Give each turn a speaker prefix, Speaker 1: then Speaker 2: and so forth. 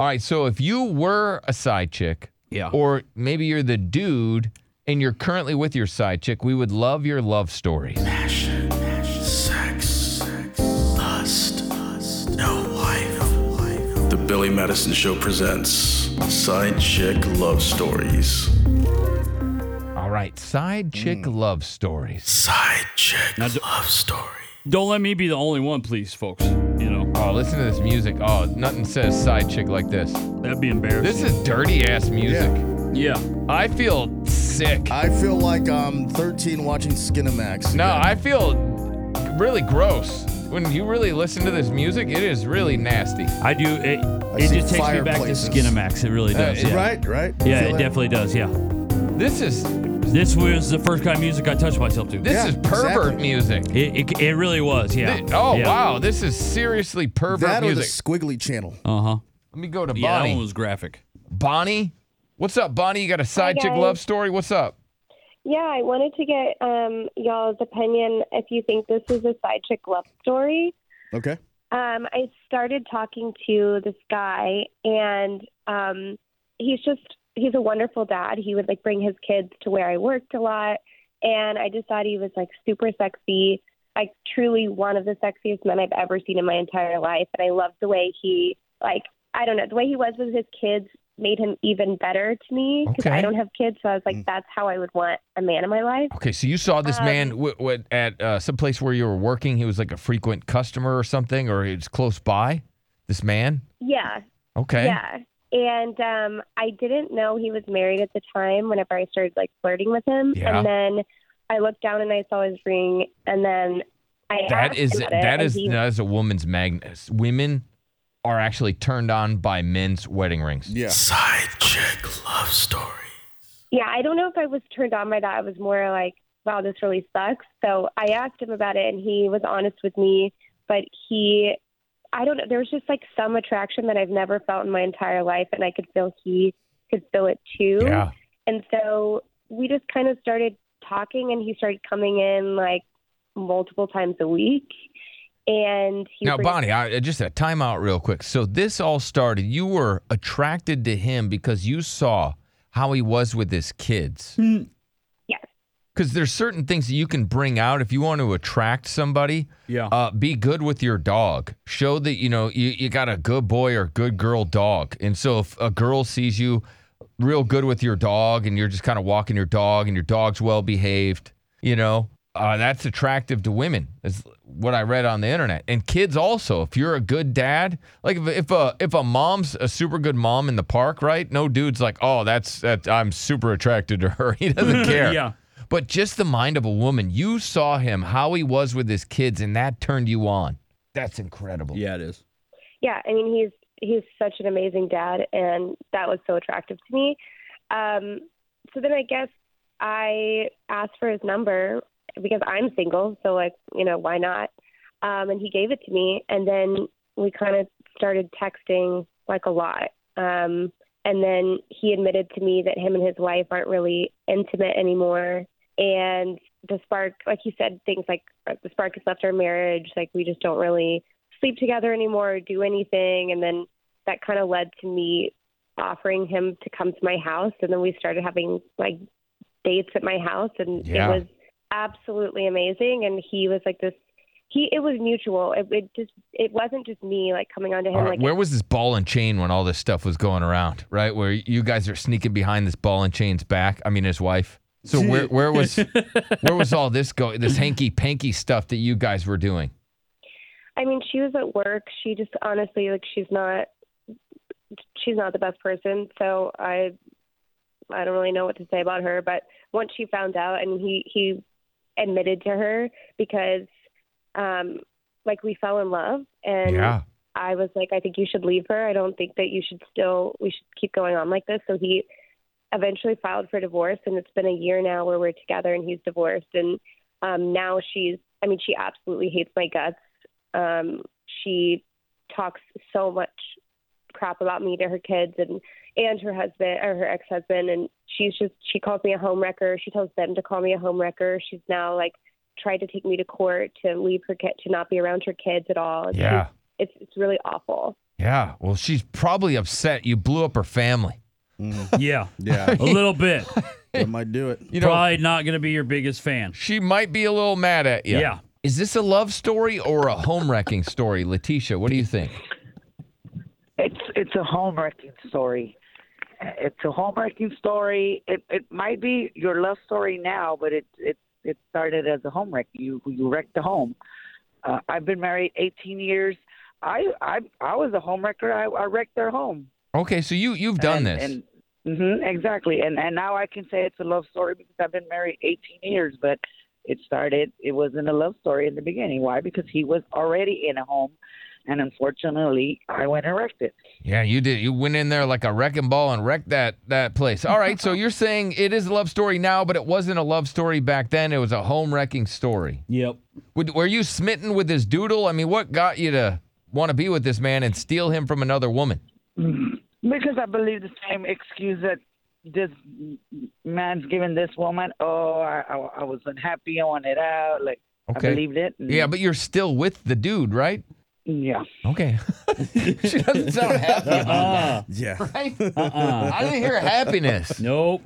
Speaker 1: All right, so if you were a side chick,
Speaker 2: Yeah.
Speaker 1: or maybe you're the dude and you're currently with your side chick, we would love your love story.
Speaker 3: Passion, sex, lust, no wife. The Billy Madison Show presents Side Chick Love Stories.
Speaker 1: All right, side chick
Speaker 4: Mm.
Speaker 1: love stories.
Speaker 3: Side Chick
Speaker 2: Now do-
Speaker 3: Love Story.
Speaker 2: Don't let me be the only one, please, folks. You know,
Speaker 1: Oh, listen to this music. Oh, nothing says side chick like this.
Speaker 2: that'd be embarrassing.
Speaker 1: This is dirty ass music.
Speaker 2: yeah.
Speaker 1: I feel sick.
Speaker 4: I feel like I'm 13 watching Skinamax.
Speaker 1: No, I feel really gross. When you really listen to this music, it is really nasty.
Speaker 2: I do. It, it
Speaker 4: see
Speaker 2: just takes me back to
Speaker 4: fireplaces.
Speaker 2: Skinamax. It really does.
Speaker 1: Uh,
Speaker 2: yeah,
Speaker 4: Right, right.
Speaker 2: yeah
Speaker 4: Feel
Speaker 2: it
Speaker 4: that?
Speaker 2: definitely does. Yeah.
Speaker 1: This is
Speaker 2: This was the first kind of music I touched myself to.
Speaker 1: this
Speaker 4: Yeah,
Speaker 1: is pervert
Speaker 4: exactly.
Speaker 1: music.
Speaker 2: it, it, it really was. Yeah.
Speaker 1: Thi- oh
Speaker 2: yeah.
Speaker 1: wow, this is seriously pervert
Speaker 4: That or the
Speaker 1: music.
Speaker 4: Squiggly Channel.
Speaker 2: Uh huh.
Speaker 1: Let me go to
Speaker 2: Yeah, that
Speaker 1: Bonnie.
Speaker 2: one was graphic.
Speaker 1: Bonnie, what's up, Bonnie? You got a side chick
Speaker 5: guys.
Speaker 1: love story? What's up?
Speaker 5: Yeah, I wanted to get um, y'all's opinion if you think this is a side chick love story.
Speaker 4: Okay.
Speaker 5: Um, I started talking to this guy, and um, he's just, he's a wonderful dad. He would like bring his kids to where I worked a lot, and I just thought he was like super sexy, like truly one of the sexiest men I've ever seen in my entire life. And I loved the way he, like, I don't know, the way he was with his kids made him even better to me because
Speaker 1: Okay.
Speaker 5: I don't have kids. So I was like, that's how I would want a man in my life.
Speaker 1: Okay, so you saw this
Speaker 5: Um,
Speaker 1: man w- w- at uh, some place where you were working. He was like a frequent customer or something, or he was close by. This man.
Speaker 5: Yeah,
Speaker 1: Okay.
Speaker 5: Yeah. And um, I didn't know he was married at the time whenever I started like flirting with him.
Speaker 1: Yeah.
Speaker 5: And then I looked down and I saw his ring and then I
Speaker 1: That
Speaker 5: asked
Speaker 1: is
Speaker 5: about it,
Speaker 1: that
Speaker 5: and
Speaker 1: is
Speaker 5: he-
Speaker 1: that is a woman's magnet. Women are actually turned on by men's wedding rings.
Speaker 4: Yeah.
Speaker 3: Side Chick Love Story.
Speaker 5: Yeah, I don't know if I was turned on by that. I was more like, wow, this really sucks. So I asked him about it, and he was honest with me. But he, I don't know, there was just like some attraction that I've never felt in my entire life, and I could feel he could feel it too.
Speaker 1: Yeah.
Speaker 5: And so we just kind of started talking, and he started coming in like multiple times a week. And he
Speaker 1: Now,
Speaker 5: brings-
Speaker 1: Bonnie, I, I just a timeout real quick. So this all started. You were attracted to him because you saw how he was with his kids.
Speaker 5: Yes.
Speaker 1: Because there's certain things that you can bring out if you want to attract somebody.
Speaker 2: Yeah.
Speaker 1: Uh, be good with your dog. Show that you know you, you got a good boy or good girl dog. And so if a girl sees you real good with your dog and you're just kind of walking your dog and your dog's well behaved, you know, uh, that's attractive to women. Is what I read on the internet. And kids also. If you're a good dad, like if, if a if a mom's a super good mom in the park, right? No dude's like, oh, that's that, I'm super attracted to her. He doesn't care.
Speaker 2: Yeah.
Speaker 1: But just the mind of a woman. You saw him, how he was with his kids, and that turned you on. That's incredible.
Speaker 2: Yeah, it is.
Speaker 5: yeah, I mean he's he's such an amazing dad, and that was so attractive to me. Um, so then I guess I asked for his number because I'm single, so like you know why not? Um, and he gave it to me, and then we kind of started texting like a lot. Um, and then he admitted to me that him and his wife aren't really intimate anymore. And the spark, like he said, things like uh, the spark has left our marriage. Like we just don't really sleep together anymore or do anything. And then that kind of led to me offering him to come to my house. And then we started having like dates at my house. And
Speaker 1: Yeah.
Speaker 5: it was absolutely amazing. And he was like this, he, it was mutual. It, it just, it wasn't just me like coming on to him.
Speaker 1: All right,
Speaker 5: like
Speaker 1: where was this ball and chain when all this stuff was going around, right? Where you guys are sneaking behind this ball and chain's back. I mean, his wife. So where where was where was all this go? This hanky panky stuff that you guys were doing.
Speaker 5: I mean, she was at work. She just honestly, like, she's not, she's not the best person. So I, I don't really know what to say about her. But once she found out, and he he admitted to her because, um, like we fell in love, and I was like, I think you should leave her. I don't think that you should still, we should keep going on like this. So he eventually filed for divorce, and it's been a year now where we're together and he's divorced. And um, now she's, I mean, she absolutely hates my guts. Um, she talks so much crap about me to her kids and and her husband or her ex-husband and she's just she calls me a home wrecker she tells them to call me a home wrecker she's now like tried to take me to court to leave her kid to not be around her kids at all It's just-
Speaker 1: Yeah.
Speaker 5: it's it's really awful.
Speaker 1: Yeah. Well, she's probably upset you blew up her family.
Speaker 2: Yeah.
Speaker 4: Yeah,
Speaker 2: A little bit.
Speaker 4: that might do it.
Speaker 1: You know,
Speaker 2: Probably not going to be your biggest fan.
Speaker 1: she might be a little mad at you.
Speaker 2: Yeah.
Speaker 1: Is this a love story or a home wrecking story, Letitia? What do you think?
Speaker 6: It's it's a home wrecking story. It's a home wrecking story. It it might be your love story now, but it it it started as a home wreck. You you wrecked the home. Uh, I've been married 18 years. I I I was a home wrecker. I, I wrecked their home.
Speaker 1: Okay, so you you've done
Speaker 6: and,
Speaker 1: this.
Speaker 6: And, hmm exactly. And and now I can say it's a love story because I've been married 18 years, but it started. It wasn't a love story in the beginning. Why? Because he was already in a home, and unfortunately, I went and wrecked it.
Speaker 1: yeah, you did. You went in there like a wrecking ball and wrecked that that place. All right, so you're saying it is a love story now, but it wasn't a love story back then. It was a home wrecking story.
Speaker 2: Yep.
Speaker 1: Would, were you smitten with his doodle? I mean, what got you to want to be with this man and steal him from another woman?
Speaker 6: Because I believe the same excuse that this man's giving this woman. Oh, I, I, I was unhappy. I wanted out. Like
Speaker 1: Okay.
Speaker 6: I believed it. and-
Speaker 1: Yeah, but you're still with the dude, right?
Speaker 6: yeah.
Speaker 1: Okay. she doesn't sound happy.
Speaker 2: Uh,
Speaker 4: Yeah.
Speaker 1: I didn't hear happiness.
Speaker 2: nope.